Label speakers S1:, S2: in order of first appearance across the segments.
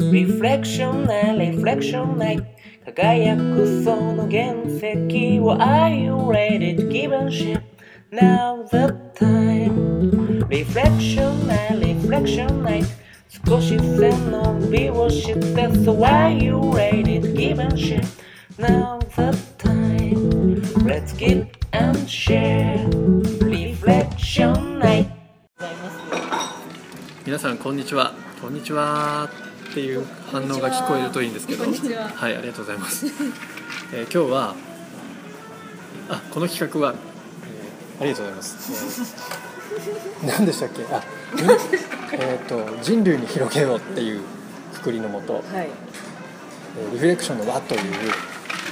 S1: Reflection night, reflection night 輝くその原石を Are you ready to give a shit? Now the time Reflection night, reflection night 少し背伸びをして So are you ready to give a shit? Now the time Let's give and share Reflection night
S2: 皆さんこんにちはこんにちはっていう反応が聞こえるといいんですけど
S3: こんにちは
S2: はいありがとうございます、えー今日はあこの企画は、えーありがとうございます、えー何でしたっけあみえっと人類に広げようっていうくくりのもと、
S3: はい。
S2: えーリフレクションの輪という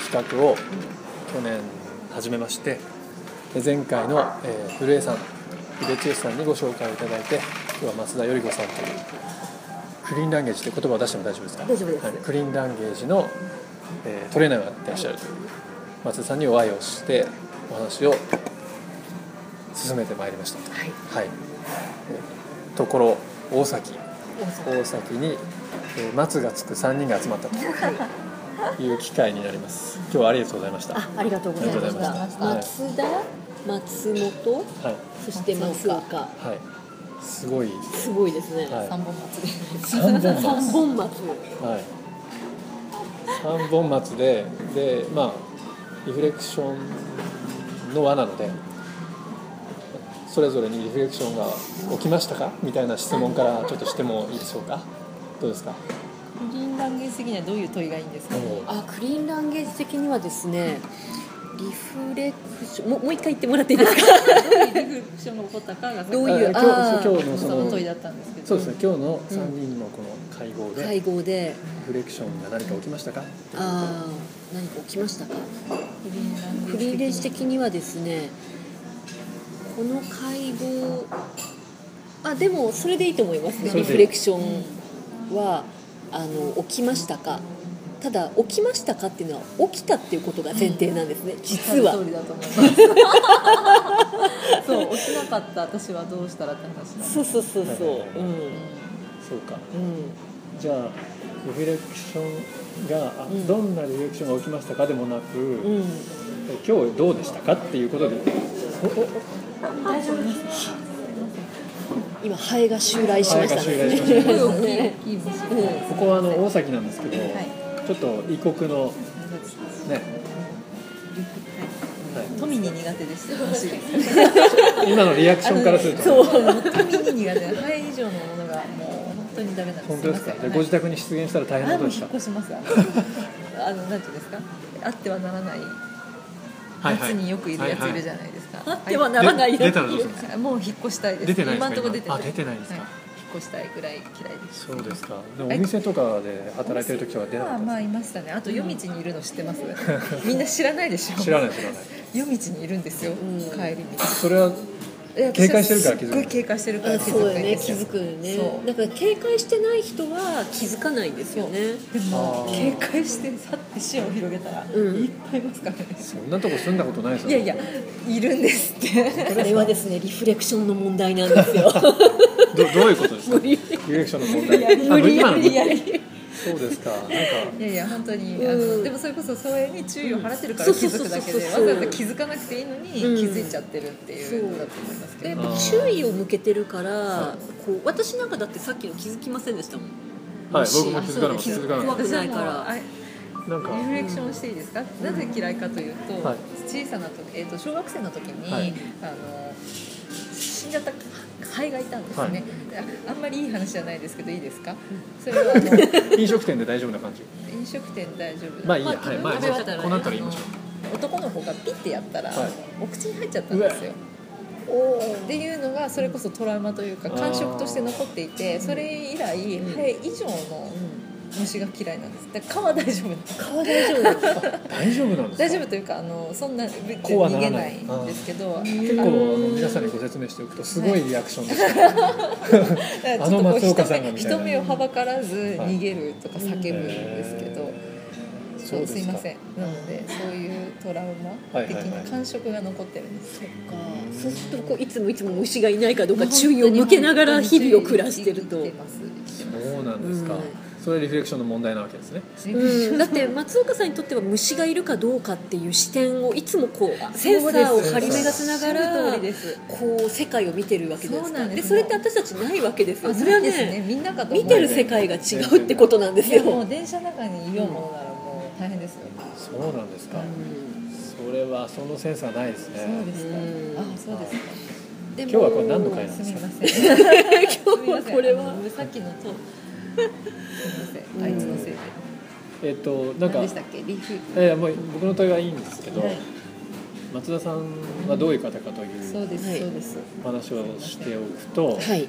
S2: 企画を去年始めましてで前回の、えー、古江さん秀千恵さんにご紹介をいただいて今日は松田頼子さんというクリーンランゲージという言葉を出しても大丈夫ですか
S3: 大丈夫です
S2: はいクリーンランゲージの、えートレーナーがやってらっしゃるという松田さんにお会いをしてお話を進めてまいりました
S3: はい。
S2: はい、えーところ大崎
S3: 大阪。
S2: 大崎に、えー松がつく3人が集まったという機会になります今日はありがとうございましたは
S3: あ、ありがとうございまし
S2: ありがとうございまし
S3: た。松田、松本、
S2: い、
S3: そして松岡。
S2: はい、すごい、
S3: すごいですね。
S2: はい、
S4: 本祭り
S2: 三本松
S3: 三本松。
S2: はい三本松ででまあリフレクションの輪なのでそれぞれにリフレクションが起きましたかみたいな質問からちょっとしてもいいでしょうかどうですか
S4: クリーンランゲージ的にはどういう問いがいいんですか、
S2: うん
S3: あ、クリーンランゲージ的にはですね。リフレクション、もう、もう一回言ってもらっていいですか。
S4: どういうリフレクションが起こったかが
S3: どういう
S2: あ
S3: あー
S2: 今日今日の
S4: そ
S2: そ
S4: の
S2: の
S4: 問いだったんですけど
S2: そうですね今日の3人のこの会合で、
S3: 会合で、
S2: フレクションが何か起きましたか
S3: あー、何か起きましたか。
S4: クリーンランゲ
S3: フ
S4: ージ
S3: リーレンジ的にはですね。この会合。あ、でも、それでいいと思いますね。
S2: それ
S3: リ
S2: で
S3: フレクション。はあの起きましたかただ起きましたかっていうのは起きたっていうことが前提なんですね、実は
S4: おっしゃる通りだと思いますそう起きなかった私はどうしたらって話なんです
S3: そうそうそうそう、
S2: はいはいはい
S3: うん
S2: そうか
S3: うん
S2: じゃあリフレクションが、あ
S3: うん
S2: どんなリフレクションが起きましたかでもなく、
S3: うん
S2: え今日どうでしたかっていうことでおおお
S3: 今ハエが襲来しました
S2: ハエが襲来しまし
S4: ごい大きい
S3: ね
S4: 大きい虫
S2: ここはあの大崎なんですけど、
S4: はい
S2: ちょっと異国のね、
S4: 富に苦手でしたよ虫
S2: はい、今のリアクションからすると、
S3: そう
S4: 富に苦手ハエ以上のものがもう本当にダメなんです
S2: 本当ですか
S4: いま
S2: じゃ
S4: せん
S2: あご自宅に出現したら大変な
S4: あ
S2: こ
S4: も
S2: とで
S4: う
S2: した
S4: 引っ越します。あのあのなんていうんですか。あってはならない。夏によくいるやついるじゃないですか。
S3: あってはならない
S2: で
S3: や
S2: 出
S3: つ
S2: たらどうするんですか
S4: はいもう引っ越したいです。
S2: 出てないですか
S4: 今のところ出てない。
S2: あ出てないですか
S4: は引っ越したいぐらい嫌いです。
S2: そうですかでもお店とかで働いてる時とか出なか
S4: まあ
S2: ったんで
S4: まあいましたね。あと夜道にいるの知って ます。みんな知らないでし
S2: す
S4: ょ。
S2: か知らない知らない
S4: 夜道にいるんですよ。
S3: ん
S4: 帰り
S2: それは
S4: 道。
S2: 警戒してるから
S4: すっごい警戒してるから気づ
S3: そう
S4: く
S3: だ
S4: ん
S3: ね
S4: で
S3: 気
S4: すよ
S3: づくよね
S4: そう
S3: だから警戒してない人は気づかないんですよね
S4: でも
S2: あ
S4: 警
S2: ー
S4: 戒して去って視野を広げたら
S3: うん
S4: いっぱいいますからね。
S2: そんなとこ住んだことないですよ
S4: いやいやいるんですって。
S3: これはですねリフレクションの問題なんですよ
S2: どどういうことですか
S3: 無理
S2: リフレクションの問題あ
S3: 無理や
S2: の
S3: り無理やり
S2: そうですかなんか
S4: いやいや本当に、
S3: うん
S4: あのでもそれこそそれに注意を払ってるか
S3: う
S4: ら
S3: ん
S4: 気づくだけ
S3: そう
S4: で
S3: そうそう
S4: わざ
S3: そう
S4: わざ気づかなくていいのに気
S3: うん
S4: づいちゃってるっていうのだと思います
S3: で
S4: け
S3: や
S4: ど、
S3: っぱ注意を向けてるからこう私なんかだってさっきの気づきませんでしたもん
S2: はい
S3: 虫
S2: 僕も気づかなかった
S3: あ
S2: 気
S3: そう
S2: づ
S3: だ
S2: かなかっ
S3: 怖くないか
S4: もう
S3: ら
S4: あ
S2: たなんか
S4: リフレクションしていいですか、なぜ嫌いかというと、
S2: はい
S4: 小さな時、えー、と小学生の時に、
S2: はい
S4: あの死んじゃった肺がいたんですね、ああんまりいい話じゃないですけどいいですか、それはあの
S2: 飲食店で大丈夫な感じ
S4: 飲食店大丈夫
S2: まあいいやはい
S4: 昨日
S2: まあ
S4: 食べ終わったらね
S2: こうなったら言いましょう
S4: あの男の子がピッてやったら、
S2: はい
S4: お口に入っちゃったんですよっていうのがそれこそトラウマというか感触として残っていてそれ以来ハエ以上の虫が嫌いなんですだから蚊は大丈夫
S3: 顔大丈夫なんですか
S2: 大丈夫なんですか
S4: 大丈夫というかあのそんな別に
S2: こうはな
S4: 逃
S2: ら
S4: げ
S2: な
S4: ないいんですけど
S2: 結構あの皆さんにご説明しておくとすごいリアクションでした、ね、
S4: だからちょっとこ
S2: あの
S4: う
S2: 松岡
S4: 人
S2: さんがみたい
S4: 目
S2: な
S4: 人目をはばからず
S2: はい
S4: 逃げるとか叫ぶんですけど、
S2: そそうです
S4: す
S2: か
S4: いませんなのでそういうトラウマ的な感触が残ってるんです、
S3: そうするとこういつもいつも虫がいないかどうか注意を向けながら日々を暮らしてると、
S4: 生きてます生きてます
S2: そうなんですか、
S3: うん
S2: それはリフレクションの問題なわけですね
S3: うん、だって松岡さんにとっては虫がいるかどうかっていう視点をいつもこうセンサーを張り巡らせなが
S4: おっしゃる
S3: ら
S4: 通りです
S3: こう世界を見てるわけですから
S4: そうなんです
S3: でそれって私たちないわけですよ
S4: あ
S3: そ
S4: そ
S3: れはね
S4: れですねみんなかと思う
S3: 見てる世界が違うってことなんです
S4: いやも
S3: よ
S4: う電車の中にいようものならもう大変ですよ、
S2: そうなんですか、
S3: うん
S2: それはそのセンサーないですね
S4: そうです
S3: う
S4: か
S3: ん
S4: あそうですかでも
S2: 今日はこれ何の回なんですす
S4: み
S2: か
S3: 日
S4: ません今
S3: はこれは
S4: さっきのとすみません
S3: うん
S4: あいつのせいで
S2: えっとなんか
S4: 何でしたっけリフ
S2: えー、もう僕の問いはいいんですけど、
S4: はい
S2: 松田さんはどういう方かとい
S4: そう
S2: う
S4: です、
S3: はい
S4: そうです
S2: お話をしておくと、
S3: はい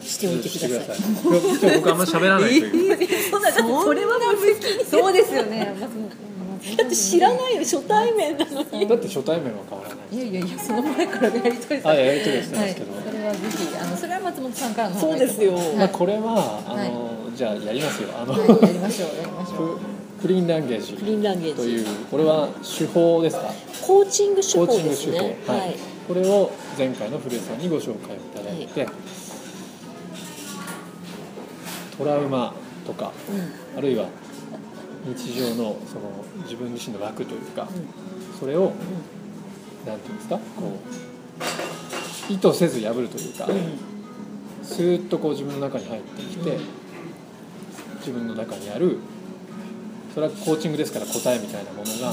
S3: しておいてください
S2: 今日今日僕あんまり喋らないという
S3: そんなだってそれは難しい
S4: そうですよねまず
S3: だって知ら
S4: い
S3: ないよ初対面なのに
S2: だって初対面は変わらない
S4: いやいやいやその前からやりとりさ
S2: あ
S4: れ
S2: い
S4: て
S2: ややりとりはしてますけど、
S4: はい、それはぜひあのそれは松本さんからの方
S3: そ
S4: が
S3: う
S4: いい
S3: で
S4: と
S3: す
S4: 思い
S3: よ
S4: ま
S2: まあ、これはあの、じゃあやりますよあの、
S4: はいやりましょうやりましょ
S2: フ
S4: う
S2: クリーンランゲージ
S3: クリーンランゲ
S2: と
S3: ー
S2: い
S3: ジ
S2: うこれは手法ですか
S3: コーチング手
S2: コー
S3: 法
S2: チン
S3: で
S2: グ
S3: す
S2: 手法
S3: ね、は
S2: はいい、これを前回の古江さんにご紹介いただいて、トラウマとかあるいは日常のその自分自身の枠というか、それを、なんていうんですかこう意図せず破るというか、スーッとこう自分の中に入ってきて、自分の中にあるそれはコーチングですから答えみたいなものが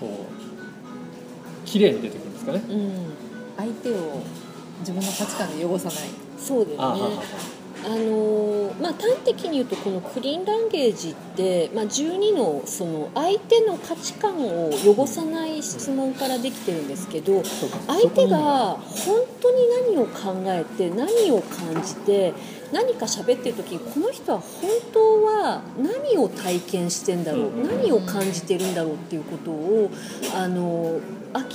S2: こう綺麗に出てくるんですかね。
S4: うん、うん、相手を自分の価値観で汚さない
S3: そうですね
S2: あーはーは
S3: あのーまあ、端的に言うとこのクリーンランゲージって、まあ、12のその相手の価値観を汚さない質問からできてるんですけど
S2: ーはーそうか
S3: 相手が本当に何を考えて何を感じて何か喋ってる時にこの人は本当は何を体験してんだろう、
S2: うん
S3: 何を感じてるんだろうっていうことをあの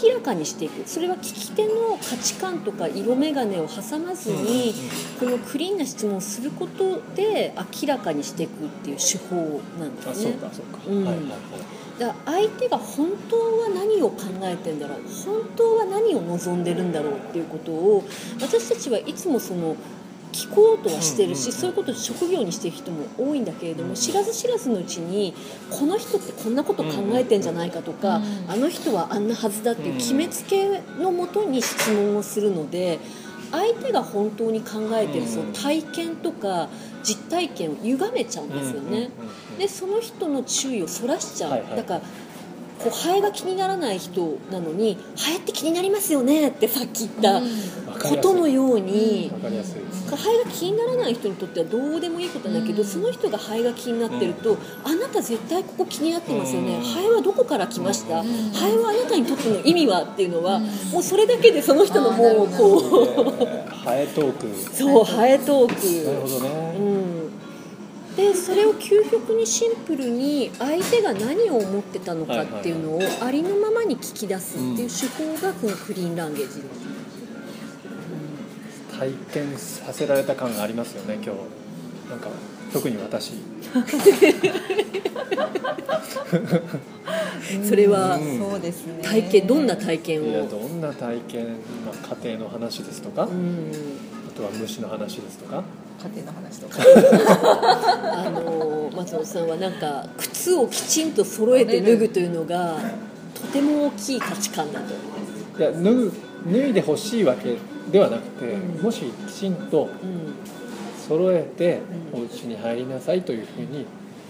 S3: 明らかにしていくそれは聞き手の価値観とか色眼鏡を挟ま
S2: そ
S3: ず
S2: こに
S3: に、このクリーンな質問をすることで明らかにしていくっていう手法なんです
S2: あ
S3: ね。
S2: そうかそうか、
S3: うん
S2: はいはいはい
S3: だから相手が本当は何を考えてんだろう本当は何を望んでるんだろうっていうことを私たちはいつもその聞こうとはしてるし、
S2: うんうんうん
S3: そういうことを職業にしてる人も多いんだけれども、知らず知らずのうちにこの人ってこんなこと考えてんじゃないかとか、
S4: うん
S3: あの人はあんなはずだっていう決めつけのもとに質問をするので相手が本当に考えてるその体験とか実体験を歪めちゃうんですよね。
S2: うんうんうんうん
S3: でその人の注意をそらしちゃう、
S2: はいはい
S3: だからこうハエが気にならない人なのにハエって気になりますよねってさっき言った
S2: わかり
S3: こ
S2: やすい
S3: とのように
S2: わかりやすい
S3: ハエが気にならない人にとってはどうでもいいことなんだけど、
S4: うん
S3: その人がハエが気になってると、あなた絶対ここ気になってますよね、
S2: うん
S3: ハエはどこから来ました、
S2: うん
S3: ハエはあなたにとっての意味はっていうのは、
S4: うん
S3: もうそれだけでその人の
S4: あーなる
S3: も
S4: ほ
S3: う
S4: ど
S3: こう
S2: えーハエトーク
S3: そうハエトーク。
S2: なるほどね、
S3: うん、でそれを究極にシンプルに相手が何を思ってたのかっていうのをありのままに聞き出すっていう手法がこのクリーンランゲージ
S2: 体験させられた感がありますよね今日なんか特に私
S3: それは
S2: うん
S4: そうですね
S3: 体験どんな
S4: 体
S3: 体
S2: い
S3: 験
S2: や
S3: を
S2: どんな体験、まあ、家庭の話ですとか、
S3: う
S2: あ
S3: ん、
S2: とは虫の話ですとか
S4: 庭の話とか
S3: あの松本さんはなんか靴をきちんと揃えて脱ぐというのがとても大きい価値観だと
S2: いや脱ぐ脱いでほしいわけではなくて、
S3: うん
S2: もしきちんと
S3: うん
S2: 揃えてお
S3: う
S2: 家に入りなさいというふうに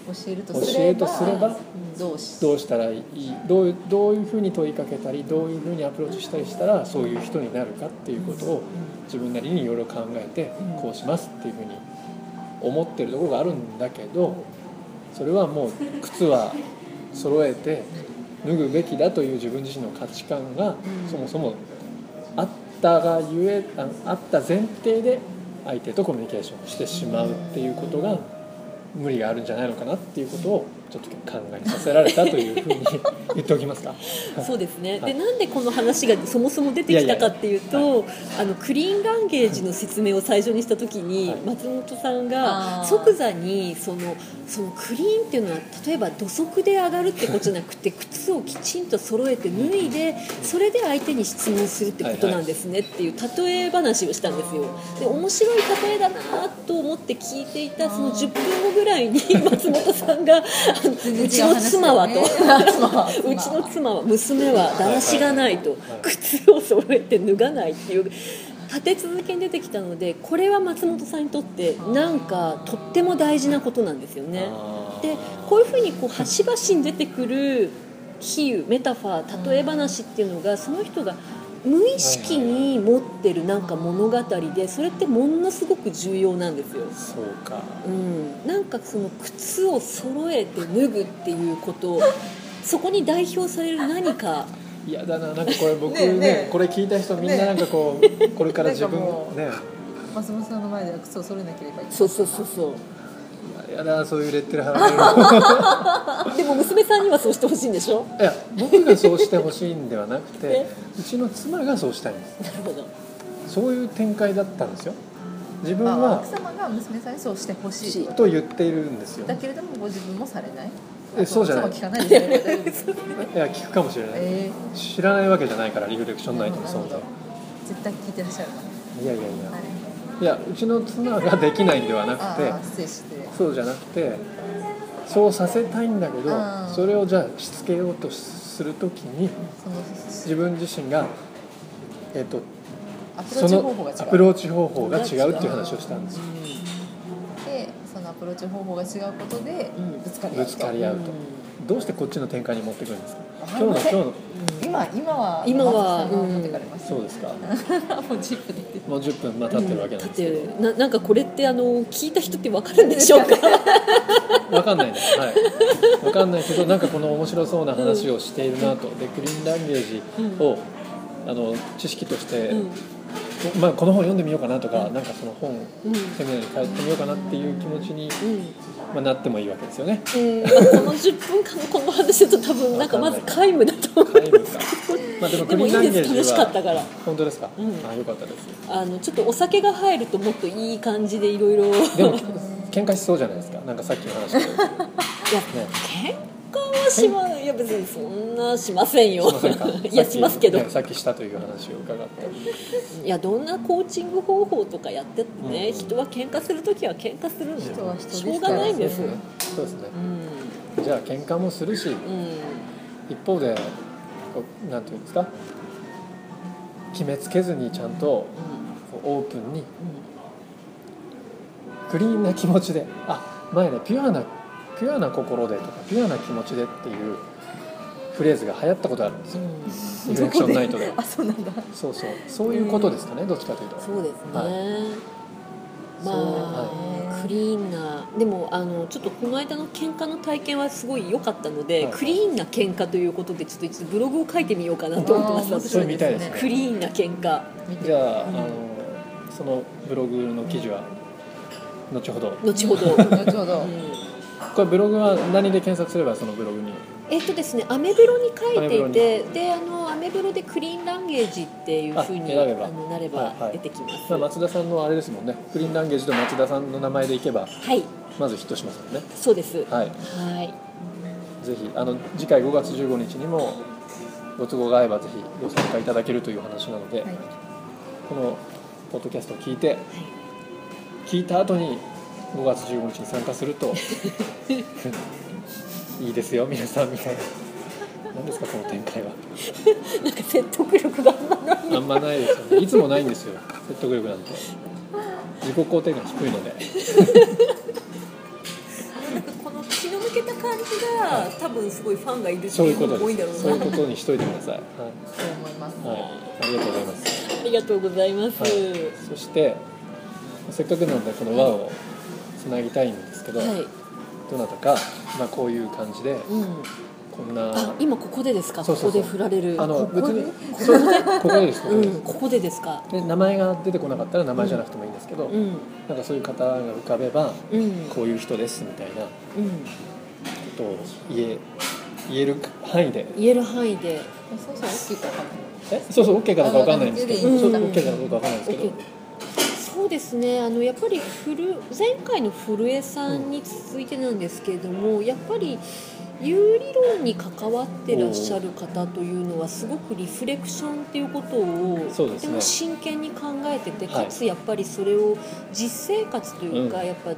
S4: 教えると
S2: 教
S4: すれば
S2: えるとすれば
S4: どうし
S2: どうしたらいいどうどういうふうに問いかけたりどういうふうにアプローチしたりしたらそういう人になるかっていうことを自分なりにいろいろ考えて
S3: うん
S2: こうしますっていうふうに思ってるところがあるんだけどそれはもう靴は揃えて脱ぐべきだという自分自身の価値観が
S3: ん
S2: そもそもあったがゆえああった前提で相手とコミュニケーションしてしまうっていうことが無理があるんじゃないのかなっていうことをちちょっと考えさせられたというふうに言っておきますか。
S3: そうですね、
S2: はい
S3: でなんでこの話がそもそも出てきたかっていうと
S2: いやいや
S3: あのクリーンランゲージの説明を最初にした時に、
S2: はい
S3: 松本さんが
S4: あー
S3: 即座にそのそのクリーンっていうのは例えば土足で上がるってことじゃなくて靴をきちんと揃えて脱いでそれで相手に質問するってことなんですねっていう例え話をしたんですよで面白い例えだなと思って聞いていたその10分後ぐらいに松本さんがあのうちの妻はと。うちの妻は娘はだらしがないと
S2: いはい
S3: 靴を揃えて脱がないっていう立て続けに出てきたのでこれは松本さんにとってなんかとっても大事なことなんですよね
S2: あー
S3: でこういうふうにこう端々に出てくる比喩メタファー例え話っていうのがその人が無意識に持ってるなんか物語でそれってものすごく重要なんですよ
S2: そうか。
S3: うん、なんかその靴を揃えて脱ぐっていうことそこに代表される何か
S2: いやだななんかこれ僕
S4: ねえ
S2: ね
S4: ねえ
S2: これ聞いた人みんな
S4: ねえ
S2: なんかこうこれから自分
S4: なんかもう
S2: ね
S4: 松本さんの前では靴を揃えなければいい
S3: そうそうそうそ
S2: いややだそういうレッテル貼られる。
S3: うでも娘さんにはそうしてほしいんでしょ
S2: いや僕がそうしてほしいんではなくて
S3: え
S2: うちの妻がそうしたいんです。
S3: なるほど
S2: そういう展開だったんですよ。自分
S4: まあ
S2: は
S4: 奥様が娘さんにそうしてほしい
S2: と言っているんですよ。
S4: だけれどもご自分もされない
S2: えそうじゃない
S4: あと奥様聞かないです ね大丈夫です
S2: いや聞くかもしれない。
S4: え
S2: 知らないわけじゃないからリフレクションナイトもそうだ
S4: なるー絶対聞いてらっしゃるわ
S2: いやいやいや、
S4: はいい、
S2: やうちの妻ができないんではなくて
S4: ああ失礼して
S2: そうじゃなくてそうさせたいんだけど
S4: あー
S2: それをじゃあしつけようとするときに
S4: その
S2: 自分自身が、えっと
S4: アプロー
S2: そ
S4: チ方
S2: の
S4: 法が違う
S2: アプローチ方法が違うっていう話をしたんですよ
S4: でそのアプローチ方法が違うことで
S3: うん
S4: ぶつかり合
S2: ぶ
S4: うと
S2: つかり合うと、どうしてこっちの展開に持ってくるんですか
S4: わ
S2: 今
S4: か
S2: 日
S4: り
S2: の
S4: ま
S2: 今
S4: せ
S2: 日
S4: ん
S2: の
S3: 今
S4: 今今は
S3: は
S4: 松本さんが持ってかれます、
S2: そうですか
S4: もうジップで言っ て
S2: もう10分まあ経ってるわけなん
S3: だっ
S2: ですけ
S3: て
S2: ど、
S3: ななんかこれってあの聞いた人ってわかるんでしょう か
S2: わかんないです。はい。わかんないけど、なんかこの面白そうな話をしているなと、で、クリーンランゲージを。あの、知識として、
S3: うん
S2: まあ、この本読んでみようかなとか、なんかその本。
S3: うん
S2: セミナーに帰ってみようかなっていう気持ちに、
S3: うん
S2: まあ、なってもいいわけです よね。
S3: うんまあこの10分間のこの話だと多分なんかまず 皆無だと思う
S2: 皆無か。まあ、でも、
S3: で
S2: ク
S3: も
S2: リ
S3: い
S2: ーンラ
S3: い
S2: ンゲ
S3: で
S2: ー
S3: す
S2: ジ
S3: 楽しかった
S2: は。
S3: から
S2: 本当ですか。
S3: うん
S2: あ、よかったです。
S3: あのちょっとお酒が入るともっといい感じでいろいろ
S2: でも、喧嘩しそうじゃないですか。なんかさっきの話と。
S3: いや
S2: ね。
S3: 喧嘩はしまいや別にそんなしませんよ
S2: しませんか
S3: いやしますけど、
S2: さっきねさっきしたという話を伺って
S3: いやどんなコーチング方法とかやってってね、
S2: うん
S3: 人は喧嘩するときは喧嘩するんだよ
S4: 人は人です
S3: し
S4: から
S3: ょうがないんです
S2: そう
S3: よ
S2: ねそうですね
S3: うん
S2: じゃあ喧嘩もするし
S3: うん
S2: 一方でこうなんていうんですか決めつけずにちゃんとこうオープンにクリーンな気持ちであ前ねピュアなピュアな心でとかピュアな気持ちでっていうフレーズが流行ったことあるんですよリフレクションナイトで
S4: あそうなんだ
S2: そうそうそういうことですかねどっちかというと
S3: そうですね、
S2: はい
S3: まあ、
S2: そう
S4: はい
S3: クリーンなでもあのちょっとこの間の喧嘩の体験はすごい良かったので、
S2: はい
S3: クリーンな喧嘩ということでちょっと一度ブログを書いてみようかなと思って
S4: あー
S3: ま
S4: 面
S3: す
S2: そ
S4: 白
S2: れ
S4: い
S2: 見たい
S4: で
S2: ですす
S4: ね
S2: ね
S3: クリーンな喧嘩
S4: 見て
S2: じゃああ
S4: うん
S2: のそのブログの記事は後ほど
S3: 後ほど、
S4: 後ほど
S3: うん
S2: これブログは何で検索すればそのブログに
S3: えっとですね、アメブロに書いて
S2: アメ
S3: いて、で、あの、アメブロでクリーンランゲージっていう風に、
S2: あ
S3: あ
S2: 選べば
S3: の、なれ
S2: はいは
S3: ば
S2: い
S3: 出てきます。
S2: まあ、
S3: はい、
S2: 松田さんのあれですもんねクリーンランゲージと松田さんの名前でいけばまずヒットしますもんね
S3: そうです。は
S2: はい
S3: い、
S2: ぜひあの次回5月15日にもご都合が合えばぜひご参加いただけるという話なので、
S4: はい
S2: このポッドキャストを聞いて、聞いた後に5月15日に参加する といいですよ皆さんみたいな何ですかこの展開は
S3: なんか説得力があんまない。
S2: あんまないですよねいつもないんですよ説得力なんて自己肯定感低いので
S3: なんかこの気の抜けた感じが、多分すごいファンがいるって
S2: そう
S3: い
S2: いう
S3: う
S2: こ
S3: の
S2: と
S3: が多いんだ
S2: で
S3: ろう
S2: す。
S3: な。
S2: そういうことにしといてください。はい。
S4: そう思います
S2: はい、ありがとうございます。
S3: ありがとうございます。
S2: は
S3: はいい、
S2: そして、せっかくなのでこの輪をつなぎたいんですけど、どなたかまあこういう感じで
S3: うん。
S2: こんな
S3: あ、今ここでですか。
S2: そうそうそう
S3: ここで振られる。
S2: あの
S3: こ
S2: 別
S3: こで
S2: にそうここでですここ
S3: う
S2: で
S3: ん、ここでですか。
S2: すで名前が出てこなかったら名前じゃなくてもいいんですけど、
S3: うん。
S2: なんかそういう方が浮かべば
S3: うん。
S2: こういう人ですみたいな
S3: うん。
S2: ことを言え言える範囲で
S3: 言える範囲で
S4: そうそう大きいか
S2: えそうそう OK かどう
S4: わかんない
S2: かわかんないんですけど、
S3: うん
S2: そう OK かどうかわかんないんですけど、
S3: そうですねあのやっぱり古前回の古江さんに続いてなんですけれども、やっぱり有理論に関わってらっしゃる方というのはすごくリフレクションっていうことを
S2: そう
S3: と
S2: ですね
S3: ても真剣に考えてて、
S2: はい
S3: かつやっぱりそれを実生活というか、
S2: う
S3: やっぱこ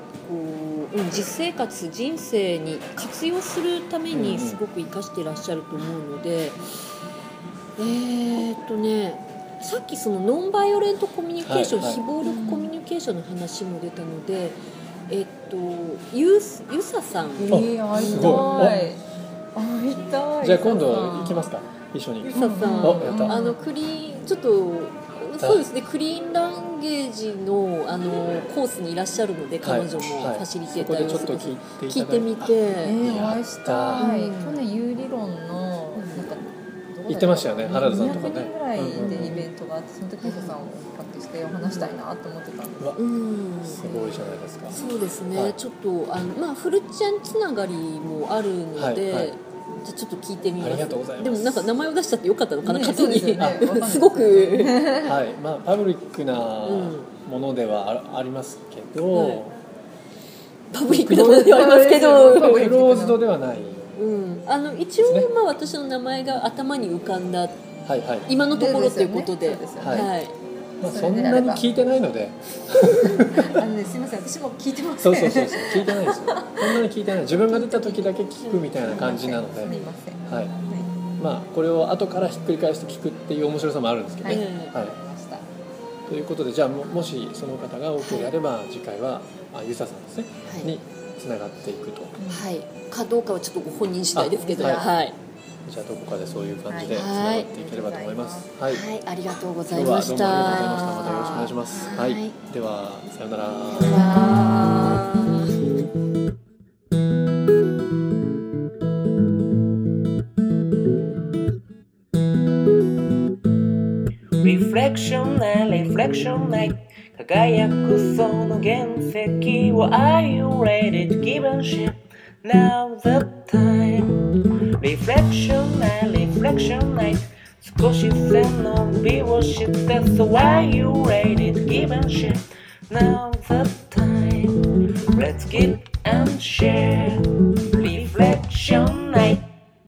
S3: う、うん、実生活人生に活用するため
S2: うんうん
S3: にすごく生かしてらっしゃると思うので、えーっとねさっきそのノンバイオレントコミュニケーション、
S2: はいはい
S3: 非暴力コミュニケーションの話も出たので、えっとゆすゆささん、
S4: え
S2: あ
S4: ー、会い
S2: す
S4: た
S2: ごい
S4: い会いたい
S2: じゃあ今度行きますか一緒に
S3: ゆささん、
S2: おやった
S3: あのクリーンちょっと。そうですねクリーンランゲージのあのコースにいらっしゃるので彼女もフ
S2: はい
S3: ァシリ
S2: そ
S3: テータ
S2: こ
S3: ー
S2: で
S3: を
S2: ちょっと
S3: す
S2: 聞
S3: ご
S2: い
S3: く
S2: ていただ
S3: 聞いてみ
S4: え
S3: て
S4: ー、お会いしたい
S3: やった
S4: 去年有理論のなんかどこだっけ
S2: 言ってましたよね原田さんとかね
S4: 200人ぐらいでイベントがあってその時ゆささんをおかけしてお話したいなと思ってたんで
S3: うん
S2: すごいじゃないですか
S3: そうですね、
S2: はい
S3: ちょっとあの、まあ、フルチェンつながりもあるので、
S2: はいはい
S3: じゃあちょっと聞いてみます
S2: ありがとうございます
S3: でもなんか名前を出したってよかったのかな、
S4: ね
S3: 勝手に
S4: そうですよねわかんな い
S3: すごく、
S2: はいまあパブリックな
S3: うん
S2: ものではあありますけど、
S3: はいパブリックなものではありますけ
S4: パブ
S3: ど、
S4: リッ
S2: ク
S4: クな
S2: ローズドではない
S3: うん、あの一応、
S2: ですね
S3: まあ、私の名前が頭に浮かんだ
S2: はいはい、
S3: 今のところということで
S4: そうですよ
S2: ね
S3: はい
S2: まあ、
S4: そ
S2: そ
S4: れ
S2: ん
S4: で
S2: な
S4: あれ
S2: に
S4: ば
S2: 聞いてないので
S4: あのねすいません私も聞いてませ
S2: そ
S4: ん
S2: うそうそうそう聞いてないですよそんなに聞いてない自分が出た時だけ聞くみたいな感じなので、
S4: すいません
S2: はい
S4: はい
S2: まあ、これを後からひっくり返して聞くっていう面白さもあるんですけどね、
S4: はい
S3: え
S2: はい
S4: わかりました
S2: ということでじゃあももしその方が OK であれば次回はあゆささんですね、
S3: はい
S2: につながっていくと
S3: えはい、かどうかはちょっとご本人次第ですけど
S2: あは
S3: はいい、はい
S2: じゃあどこかでそういう感じでつ
S4: は
S2: ながっ
S4: い
S2: ていければと思いますはい、
S3: ありがとうござ
S2: 今
S3: い
S2: 日は
S3: ま
S2: どうもありがとうございましたまたよろ
S3: した
S2: しくお願いしますは、
S3: はいい
S2: ではさようなら
S3: あー
S1: リフレクションないリフレクションない輝くその原石を Are you ready to give a shit? Now the time リフレクションないリフレクションない少し背伸びをして So are you ready to give a shit? Now the time Let's give and share